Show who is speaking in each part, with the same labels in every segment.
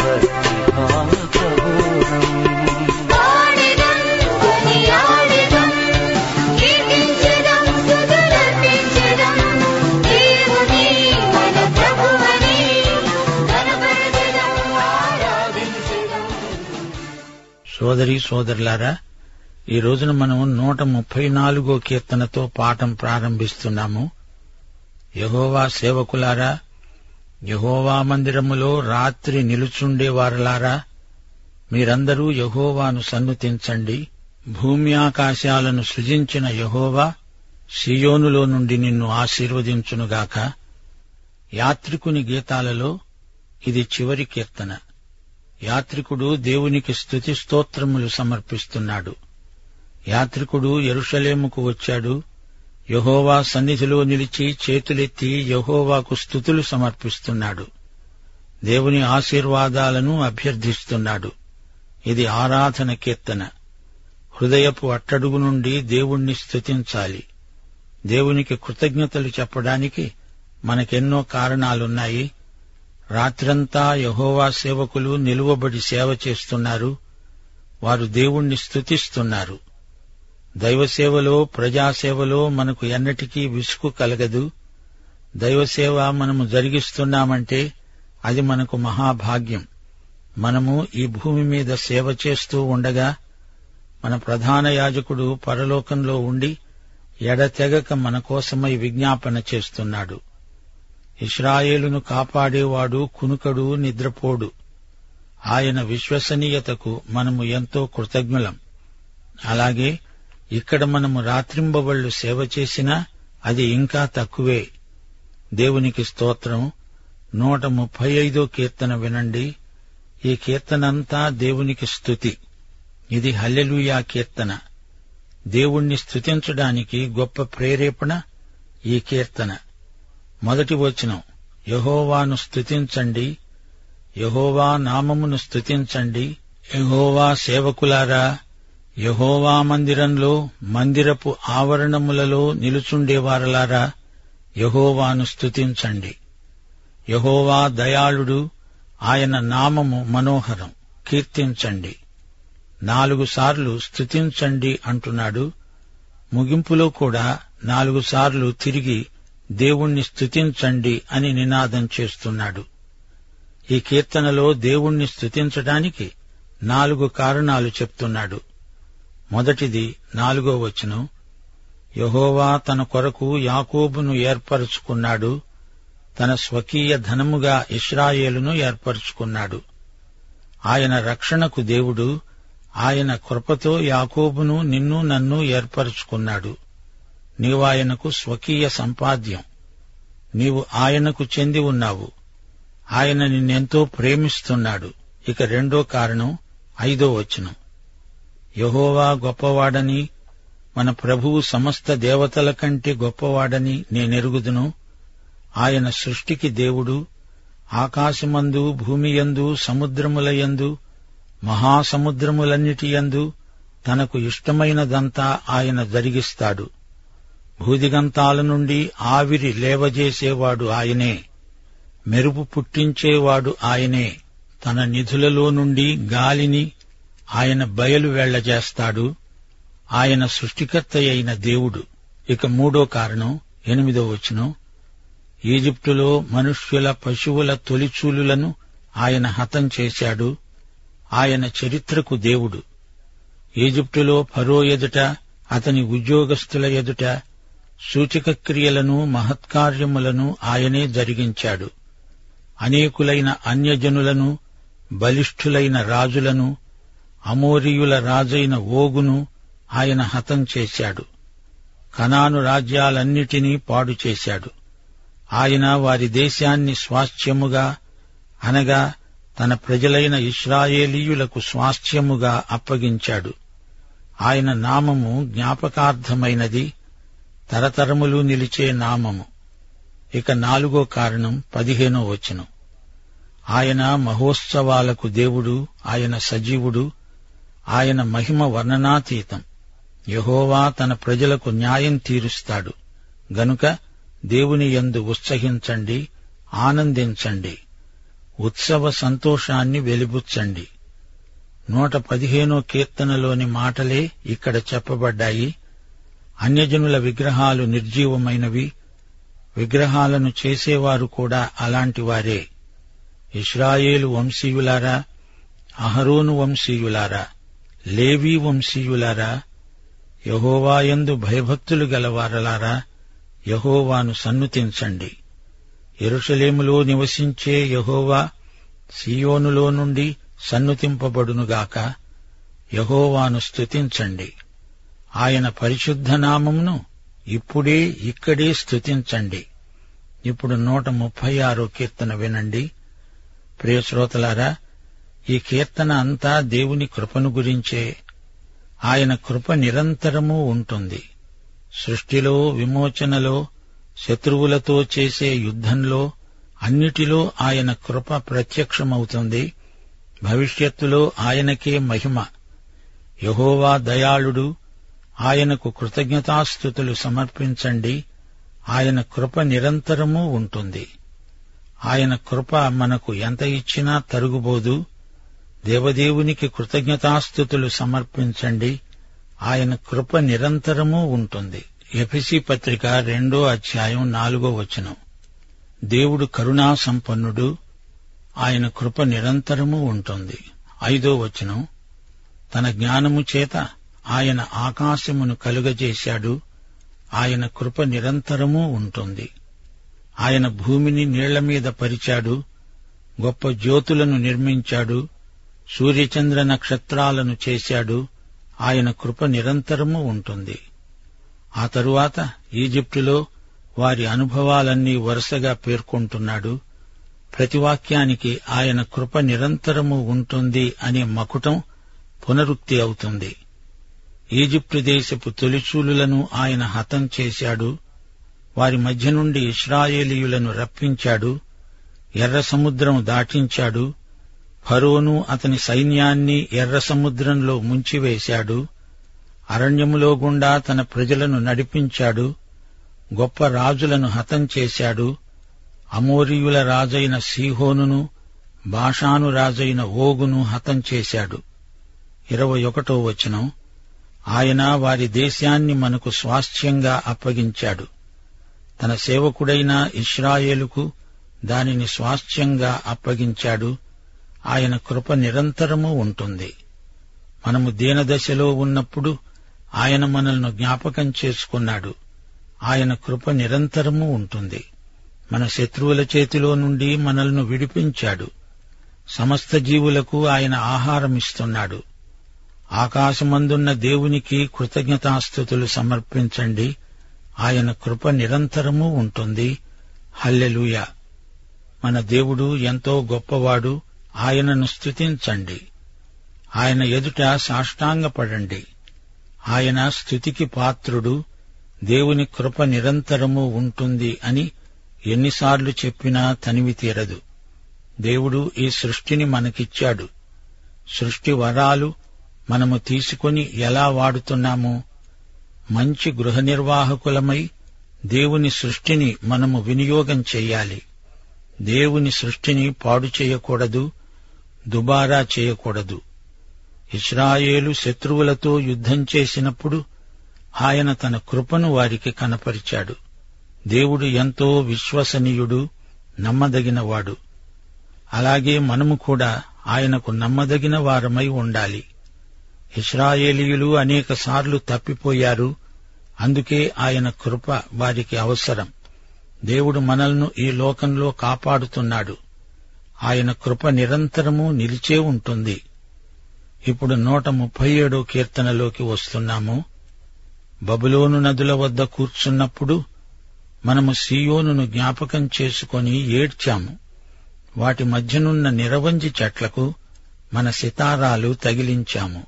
Speaker 1: భక్తిభావబోధం సోదరి సోదరులారా ఈ రోజున మనం నూట ముప్పై నాలుగో కీర్తనతో పాఠం ప్రారంభిస్తున్నాము యహోవా సేవకులారా యహోవా మందిరములో రాత్రి నిలుచుండేవారలారా మీరందరూ యహోవాను సన్నుతించండి భూమి ఆకాశాలను సృజించిన యహోవా సియోనులో నుండి నిన్ను ఆశీర్వదించునుగాక యాత్రికుని గీతాలలో ఇది చివరి కీర్తన యాత్రికుడు దేవునికి స్తుతి స్తోత్రములు సమర్పిస్తున్నాడు యాత్రికుడు యెరూషలేముకు వచ్చాడు యహోవా సన్నిధిలో నిలిచి చేతులెత్తి యహోవాకు స్తుతులు సమర్పిస్తున్నాడు దేవుని ఆశీర్వాదాలను అభ్యర్థిస్తున్నాడు ఇది ఆరాధన కీర్తన హృదయపు అట్టడుగు నుండి దేవుణ్ణి స్తుతించాలి దేవునికి కృతజ్ఞతలు చెప్పడానికి మనకెన్నో కారణాలున్నాయి రాత్రంతా యహోవా సేవకులు నిలువబడి సేవ చేస్తున్నారు వారు దేవుణ్ణి స్తుతిస్తున్నారు దైవసేవలో ప్రజాసేవలో మనకు ఎన్నటికీ విసుగు కలగదు దైవసేవ మనము జరిగిస్తున్నామంటే అది మనకు మహాభాగ్యం మనము ఈ భూమి మీద సేవ చేస్తూ ఉండగా మన ప్రధాన యాజకుడు పరలోకంలో ఉండి ఎడతెగక మన కోసమై విజ్ఞాపన చేస్తున్నాడు ఇస్రాయేలును కాపాడేవాడు కునుకడు నిద్రపోడు ఆయన విశ్వసనీయతకు మనము ఎంతో కృతజ్ఞులం అలాగే ఇక్కడ మనము రాత్రింబవళ్లు సేవ చేసినా అది ఇంకా తక్కువే దేవునికి స్తోత్రం నూట ముప్పై ఐదో కీర్తన వినండి ఈ కీర్తనంతా దేవునికి స్తుతి ఇది హల్లెలూయా కీర్తన దేవుణ్ణి స్తుతించడానికి గొప్ప ప్రేరేపణ ఈ కీర్తన మొదటి వచనం యహోవాను స్తుతించండి యహోవా నామమును స్తుతించండి యహోవా సేవకులారా యహోవా మందిరంలో మందిరపు ఆవరణములలో నిలుచుండేవారలారా యహోవాను స్తుతించండి యహోవా దయాళుడు ఆయన నామము మనోహరం కీర్తించండి నాలుగు సార్లు స్తుతించండి అంటున్నాడు ముగింపులో కూడా నాలుగు సార్లు తిరిగి దేవుణ్ణి స్తుతించండి అని నినాదం చేస్తున్నాడు ఈ కీర్తనలో దేవుణ్ణి స్తుతించడానికి నాలుగు కారణాలు చెప్తున్నాడు మొదటిది నాలుగో వచనం యహోవా తన కొరకు యాకోబును ఏర్పరుచుకున్నాడు తన స్వకీయ ధనముగా ఇస్రాయేలును ఏర్పరుచుకున్నాడు ఆయన రక్షణకు దేవుడు ఆయన కృపతో యాకోబును నిన్ను నన్ను ఏర్పరుచుకున్నాడు నీవాయనకు స్వకీయ సంపాద్యం నీవు ఆయనకు చెంది ఉన్నావు ఆయన నిన్నెంతో ప్రేమిస్తున్నాడు ఇక రెండో కారణం ఐదో వచనం యహోవా గొప్పవాడని మన ప్రభువు సమస్త దేవతల కంటే గొప్పవాడని నేనెరుగుదును ఆయన సృష్టికి దేవుడు ఆకాశమందు భూమియందు సముద్రములయందు మహాసముద్రములన్నిటియందు తనకు ఇష్టమైనదంతా ఆయన జరిగిస్తాడు భూదిగంతాల నుండి ఆవిరి లేవజేసేవాడు ఆయనే మెరుపు పుట్టించేవాడు ఆయనే తన నిధులలో నుండి గాలిని ఆయన బయలు వెళ్లజేస్తాడు ఆయన సృష్టికర్త అయిన దేవుడు ఇక మూడో కారణం ఎనిమిదో వచనం ఈజిప్టులో మనుష్యుల పశువుల తొలిచూలులను ఆయన హతం చేశాడు ఆయన చరిత్రకు దేవుడు ఈజిప్టులో ఫరో ఎదుట అతని ఉద్యోగస్తుల ఎదుట సూచక క్రియలను మహత్కార్యములను ఆయనే జరిగించాడు అనేకులైన అన్యజనులను బలిష్ఠులైన రాజులను అమోరియుల రాజైన ఓగును ఆయన హతం చేశాడు కనాను రాజ్యాలన్నిటినీ పాడు చేశాడు ఆయన వారి దేశాన్ని స్వాస్థ్యముగా అనగా తన ప్రజలైన ఇస్రాయేలీయులకు స్వాస్థ్యముగా అప్పగించాడు ఆయన నామము జ్ఞాపకార్థమైనది తరతరములు నిలిచే నామము ఇక నాలుగో కారణం పదిహేనో వచనం ఆయన మహోత్సవాలకు దేవుడు ఆయన సజీవుడు ఆయన మహిమ వర్ణనాతీతం యహోవా తన ప్రజలకు న్యాయం తీరుస్తాడు గనుక దేవుని యందు ఉత్సహించండి ఆనందించండి ఉత్సవ సంతోషాన్ని వెలిబుచ్చండి నూట పదిహేనో కీర్తనలోని మాటలే ఇక్కడ చెప్పబడ్డాయి అన్యజనుల విగ్రహాలు నిర్జీవమైనవి విగ్రహాలను చేసేవారు కూడా అలాంటి వారే ఇస్రాయేలు వంశీయులారా అహరోను వంశీయులారా లేవీ వంశీయులారా యహోవాయందు భయభక్తులు గలవారలారా యహోవాను సన్నుతించండి యెరూషలేములో నివసించే యహోవా సియోనులో నుండి సన్నుతింపబడునుగాక యహోవాను స్తుతించండి ఆయన పరిశుద్ధ నామమును ఇప్పుడే ఇక్కడే స్తుతించండి ఇప్పుడు నూట ముప్పై ఆరో కీర్తన వినండి ప్రియ శ్రోతలారా ఈ కీర్తన అంతా దేవుని కృపను గురించే ఆయన కృప నిరంతరము ఉంటుంది సృష్టిలో విమోచనలో శత్రువులతో చేసే యుద్ధంలో అన్నిటిలో ఆయన కృప ప్రత్యక్షమవుతుంది భవిష్యత్తులో ఆయనకే మహిమ యహోవా దయాళుడు ఆయనకు కృతజ్ఞతాస్థుతులు సమర్పించండి ఆయన కృప నిరంతరము ఉంటుంది ఆయన కృప మనకు ఎంత ఇచ్చినా తరుగుబోదు దేవదేవునికి కృతజ్ఞతాస్థుతులు సమర్పించండి ఆయన కృప నిరంతరము ఉంటుంది ఎఫిసి పత్రిక రెండో అధ్యాయం నాలుగో వచనం దేవుడు కరుణా సంపన్నుడు ఆయన కృప నిరంతరము ఉంటుంది ఐదో వచనం తన జ్ఞానము చేత ఆయన ఆకాశమును కలుగజేశాడు ఆయన కృప నిరంతరము ఉంటుంది ఆయన భూమిని నీళ్ల మీద పరిచాడు గొప్ప జ్యోతులను నిర్మించాడు సూర్యచంద్ర నక్షత్రాలను చేశాడు ఆయన కృప నిరంతరము ఉంటుంది ఆ తరువాత ఈజిప్టులో వారి అనుభవాలన్నీ వరుసగా పేర్కొంటున్నాడు ప్రతి వాక్యానికి ఆయన కృప నిరంతరము ఉంటుంది అనే మకుటం పునరుక్తి అవుతుంది ఈజిప్టు దేశపు తొలిచూలులను ఆయన హతం చేశాడు వారి మధ్య నుండి ఇస్రాయేలీయులను రప్పించాడు ఎర్ర సముద్రం దాటించాడు ఫరోను అతని సైన్యాన్ని ఎర్ర సముద్రంలో ముంచివేశాడు అరణ్యములో గుండా తన ప్రజలను నడిపించాడు గొప్ప రాజులను హతం చేశాడు అమోరియుల రాజైన సీహోనును బాషాను రాజైన ఓగును హతం చేశాడు ఇరవై ఒకటో వచనం ఆయన వారి దేశాన్ని మనకు స్వాస్థ్యంగా అప్పగించాడు తన సేవకుడైన ఇస్రాయేలుకు దానిని స్వాస్థ్యంగా అప్పగించాడు ఆయన కృప నిరంతరము ఉంటుంది మనము దీనదశలో ఉన్నప్పుడు ఆయన మనల్ని జ్ఞాపకం చేసుకున్నాడు ఆయన కృప నిరంతరము ఉంటుంది మన శత్రువుల చేతిలో నుండి మనల్ని విడిపించాడు సమస్త జీవులకు ఆయన ఆహారమిస్తున్నాడు ఆకాశమందున్న దేవునికి కృతజ్ఞతాస్థుతులు సమర్పించండి ఆయన కృప నిరంతరము ఉంటుంది హల్లెలూయ మన దేవుడు ఎంతో గొప్పవాడు ఆయనను స్తుతించండి ఆయన ఎదుట సాష్టాంగపడండి ఆయన స్తుతికి పాత్రుడు దేవుని కృప నిరంతరము ఉంటుంది అని ఎన్నిసార్లు చెప్పినా తనివి తీరదు దేవుడు ఈ సృష్టిని మనకిచ్చాడు సృష్టి వరాలు మనము తీసుకొని ఎలా వాడుతున్నామో మంచి గృహ నిర్వాహకులమై దేవుని సృష్టిని మనము వినియోగం చెయ్యాలి దేవుని సృష్టిని పాడు చేయకూడదు దుబారా చేయకూడదు ఇస్రాయేలు శత్రువులతో యుద్ధం చేసినప్పుడు ఆయన తన కృపను వారికి కనపరిచాడు దేవుడు ఎంతో విశ్వసనీయుడు నమ్మదగినవాడు అలాగే మనము కూడా ఆయనకు నమ్మదగిన వారమై ఉండాలి ఇస్రాయేలీయులు అనేకసార్లు తప్పిపోయారు అందుకే ఆయన కృప వారికి అవసరం దేవుడు మనల్ను ఈ లోకంలో కాపాడుతున్నాడు ఆయన కృప నిరంతరము నిలిచే ఉంటుంది ఇప్పుడు నూట ముప్పై ఏడో కీర్తనలోకి వస్తున్నాము బబులోను నదుల వద్ద కూర్చున్నప్పుడు మనము సీయోనును జ్ఞాపకం చేసుకొని ఏడ్చాము వాటి మధ్యనున్న నిరవంజి చెట్లకు మన సితారాలు తగిలించాము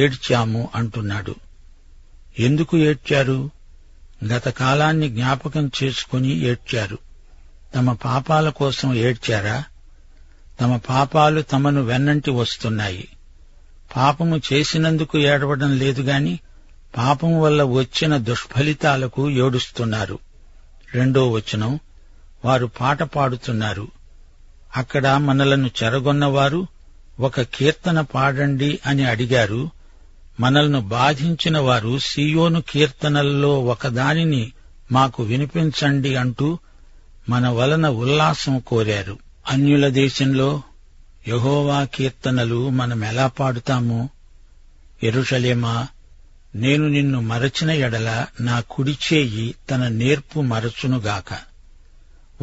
Speaker 1: ఏడ్చాము అంటున్నాడు ఎందుకు ఏడ్చారు గత కాలాన్ని జ్ఞాపకం చేసుకుని ఏడ్చారు తమ పాపాల కోసం ఏడ్చారా తమ పాపాలు తమను వెన్నంటి వస్తున్నాయి పాపము చేసినందుకు ఏడవడం లేదు గాని పాపం వల్ల వచ్చిన దుష్ఫలితాలకు ఏడుస్తున్నారు రెండో వచనం వారు పాట పాడుతున్నారు అక్కడ మనలను చెరగొన్నవారు ఒక కీర్తన పాడండి అని అడిగారు మనల్ని బాధించిన వారు సియోను కీర్తనల్లో ఒకదానిని మాకు వినిపించండి అంటూ మన వలన ఉల్లాసం కోరారు అన్యుల దేశంలో యహోవా కీర్తనలు మనం ఎలా పాడుతాము ఎరుషలేమా నేను నిన్ను మరచిన ఎడల నా కుడి చేయి తన నేర్పు మరచునుగాక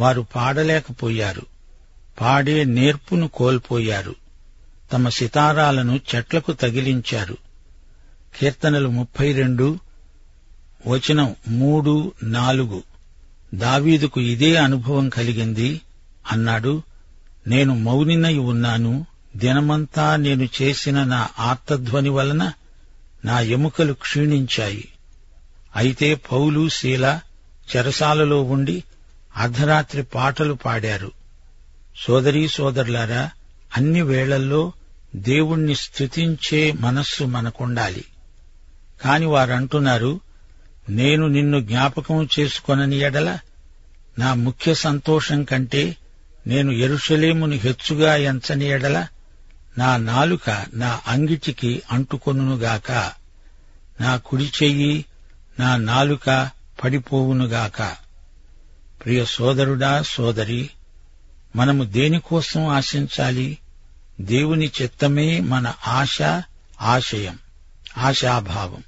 Speaker 1: వారు పాడలేకపోయారు పాడే నేర్పును కోల్పోయారు తమ సితారాలను చెట్లకు తగిలించారు కీర్తనలు ముప్పై రెండు వచనం మూడు నాలుగు దావీదుకు ఇదే అనుభవం కలిగింది అన్నాడు నేను మౌనినై ఉన్నాను దినమంతా నేను చేసిన నా ఆర్తధ్వని వలన నా ఎముకలు క్షీణించాయి అయితే పౌలు శీల చెరసాలలో ఉండి అర్ధరాత్రి పాటలు పాడారు సోదరీ సోదరులారా అన్ని వేళల్లో దేవుణ్ణి స్తుతించే మనస్సు మనకుండాలి కాని వారంటున్నారు నేను నిన్ను జ్ఞాపకం చేసుకొనని ఎడల నా ముఖ్య సంతోషం కంటే నేను ఎరుషలేమును హెచ్చుగా ఎంచని ఎడల నా నాలుక నా అంగిటికి అంటుకొనుగాక నా కుడి చెయ్యి నా నాలుక పడిపోవునుగాక ప్రియ సోదరుడా సోదరి మనము దేనికోసం ఆశించాలి దేవుని చిత్తమే మన ఆశ ఆశయం ఆశాభావం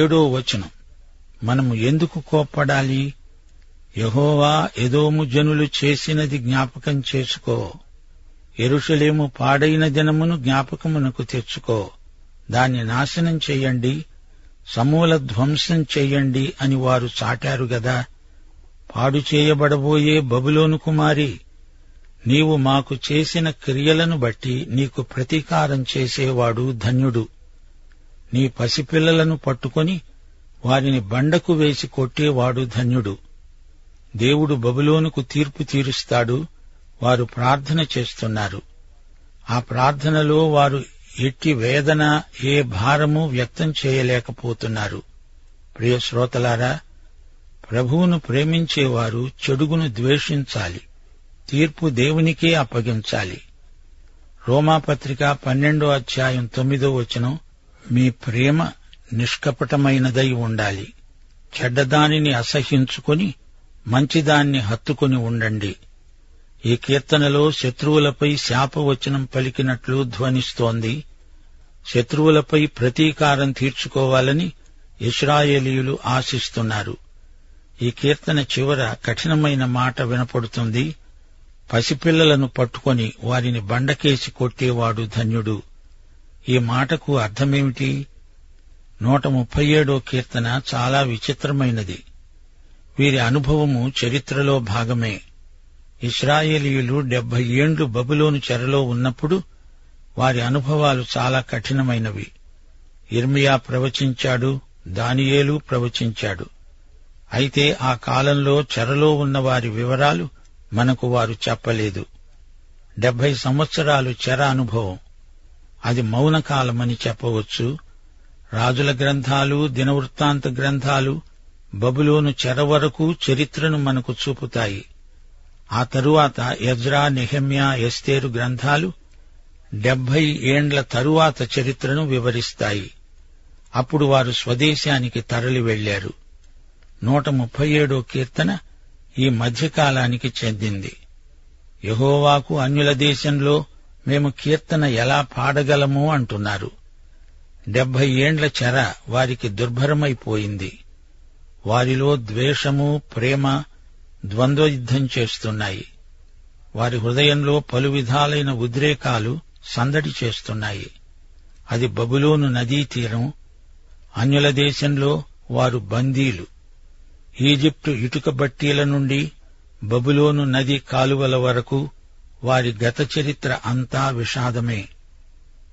Speaker 1: ఏడో వచనం మనము ఎందుకు కోప్పడాలి యహోవా ఎదోము జనులు చేసినది జ్ఞాపకం చేసుకో ఎరుషలేము పాడైన దినమును జ్ఞాపకమునకు తెచ్చుకో దాన్ని నాశనం చేయండి సమూల ధ్వంసం చేయండి అని వారు చాటారు గదా పాడు చేయబడబోయే బబులోను కుమారి నీవు మాకు చేసిన క్రియలను బట్టి నీకు ప్రతీకారం చేసేవాడు ధన్యుడు నీ పసిపిల్లలను పట్టుకొని వారిని బండకు వేసి కొట్టేవాడు ధన్యుడు దేవుడు బబులోనుకు తీర్పు తీరుస్తాడు వారు ప్రార్థన చేస్తున్నారు ఆ ప్రార్థనలో వారు ఎట్టి వేదన ఏ భారము వ్యక్తం చేయలేకపోతున్నారు ప్రియ శ్రోతలారా ప్రభువును ప్రేమించేవారు చెడుగును ద్వేషించాలి తీర్పు దేవునికే అప్పగించాలి రోమాపత్రిక పన్నెండో అధ్యాయం తొమ్మిదో వచనం మీ ప్రేమ నిష్కపటమైనదై ఉండాలి చెడ్డదానిని అసహించుకొని మంచిదాన్ని హత్తుకొని ఉండండి ఈ కీర్తనలో శత్రువులపై శాపవచనం పలికినట్లు ధ్వనిస్తోంది శత్రువులపై ప్రతీకారం తీర్చుకోవాలని ఇస్రాయేలీయులు ఆశిస్తున్నారు ఈ కీర్తన చివర కఠినమైన మాట వినపడుతుంది పసిపిల్లలను పట్టుకొని వారిని బండకేసి కొట్టేవాడు ధన్యుడు ఈ మాటకు అర్థమేమిటి నూట ముప్పై ఏడో కీర్తన చాలా విచిత్రమైనది వీరి అనుభవము చరిత్రలో భాగమే ఇస్రాయేలీయులు డెబ్బై ఏండ్లు బబులోను చెరలో ఉన్నప్పుడు వారి అనుభవాలు చాలా కఠినమైనవి ఇర్మియా ప్రవచించాడు దానియేలు ప్రవచించాడు అయితే ఆ కాలంలో చెరలో ఉన్న వారి వివరాలు మనకు వారు చెప్పలేదు డెబ్బై సంవత్సరాలు చెర అనుభవం అది మౌన కాలమని చెప్పవచ్చు రాజుల గ్రంథాలు దినవృత్తాంత గ్రంథాలు బబులోను చెర వరకు చరిత్రను మనకు చూపుతాయి ఆ తరువాత ఎజ్రా నెహమ్యా ఎస్తేరు గ్రంథాలు డెబ్బై ఏండ్ల తరువాత చరిత్రను వివరిస్తాయి అప్పుడు వారు స్వదేశానికి తరలి వెళ్లారు నూట ముప్పై ఏడో కీర్తన ఈ మధ్యకాలానికి చెందింది యహోవాకు అన్యుల దేశంలో మేము కీర్తన ఎలా పాడగలము అంటున్నారు డెబ్బై ఏండ్ల చెర వారికి దుర్భరమైపోయింది వారిలో ద్వేషము ప్రేమ ద్వంద్వయుద్ధం చేస్తున్నాయి వారి హృదయంలో పలు విధాలైన ఉద్రేకాలు సందడి చేస్తున్నాయి అది బబులోను నదీ తీరం అన్యుల దేశంలో వారు బందీలు ఈజిప్టు ఇటుక బట్టీల నుండి బబులోను నది కాలువల వరకు వారి గత చరిత్ర అంతా విషాదమే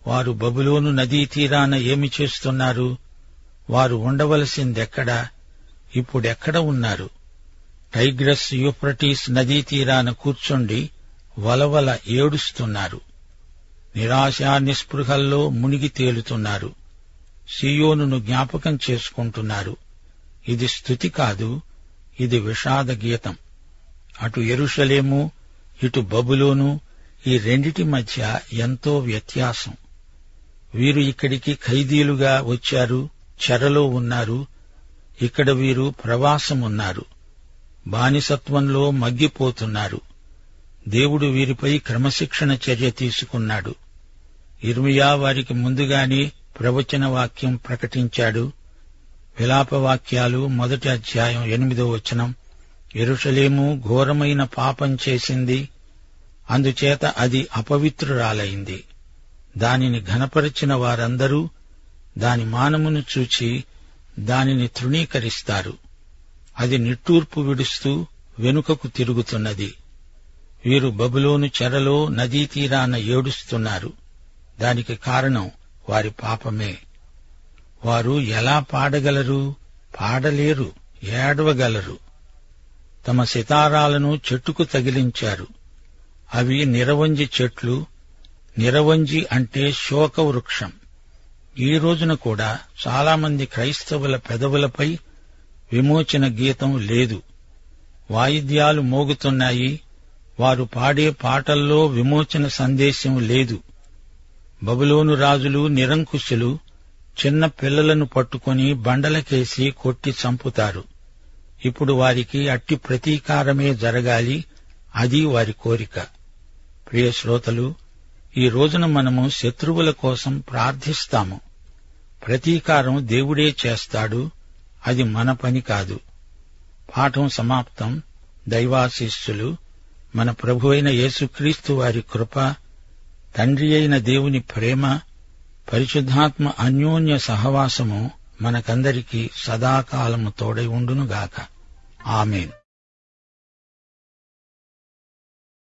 Speaker 1: వారు బబులోను నదీ తీరాన ఏమి చేస్తున్నారు వారు ఉండవలసిందెక్కడ ఇప్పుడెక్కడ ఉన్నారు టైగ్రస్ యూఫ్రటీస్ నదీ తీరాన కూర్చుండి వలవల ఏడుస్తున్నారు నిరాశా నిస్పృహల్లో మునిగి తేలుతున్నారు సియోనును జ్ఞాపకం చేసుకుంటున్నారు ఇది స్థుతి కాదు ఇది విషాద గీతం అటు ఎరుషలేము ఇటు బబులోను ఈ రెండిటి మధ్య ఎంతో వ్యత్యాసం వీరు ఇక్కడికి ఖైదీలుగా వచ్చారు చెరలో ఉన్నారు ఇక్కడ వీరు ప్రవాసమున్నారు బానిసత్వంలో మగ్గిపోతున్నారు దేవుడు వీరిపై క్రమశిక్షణ చర్య తీసుకున్నాడు ఇర్మియా వారికి ముందుగానే ప్రవచన వాక్యం ప్రకటించాడు విలాపవాక్యాలు మొదటి అధ్యాయం ఎనిమిదో వచనం ఎరుషలేము ఘోరమైన పాపం చేసింది అందుచేత అది అపవిత్రురాలైంది దానిని ఘనపరిచిన వారందరూ దాని మానమును చూచి దానిని తృణీకరిస్తారు అది నిట్టూర్పు విడుస్తూ వెనుకకు తిరుగుతున్నది వీరు బబులోను చెరలో నదీ తీరాన ఏడుస్తున్నారు దానికి కారణం వారి పాపమే వారు ఎలా పాడగలరు పాడలేరు ఏడవగలరు తమ సితారాలను చెట్టుకు తగిలించారు అవి నిరవంజి చెట్లు నిరవంజి అంటే శోక వృక్షం ఈ రోజున కూడా చాలామంది క్రైస్తవుల పెదవులపై విమోచన గీతం లేదు వాయిద్యాలు మోగుతున్నాయి వారు పాడే పాటల్లో విమోచన సందేశం లేదు బబులోను రాజులు నిరంకుశులు చిన్న పిల్లలను పట్టుకొని బండలకేసి కొట్టి చంపుతారు ఇప్పుడు వారికి అట్టి ప్రతీకారమే జరగాలి అది వారి కోరిక ప్రియ శ్రోతలు ఈ రోజున మనము శత్రువుల కోసం ప్రార్థిస్తాము ప్రతీకారం దేవుడే చేస్తాడు అది మన పని కాదు పాఠం సమాప్తం దైవాశీస్సులు మన ప్రభు అయిన యేసుక్రీస్తు వారి కృప తండ్రి అయిన దేవుని ప్రేమ పరిశుద్ధాత్మ అన్యోన్య సహవాసము మనకందరికీ సదాకాలము తోడై ఉండునుగాక ఆమెన్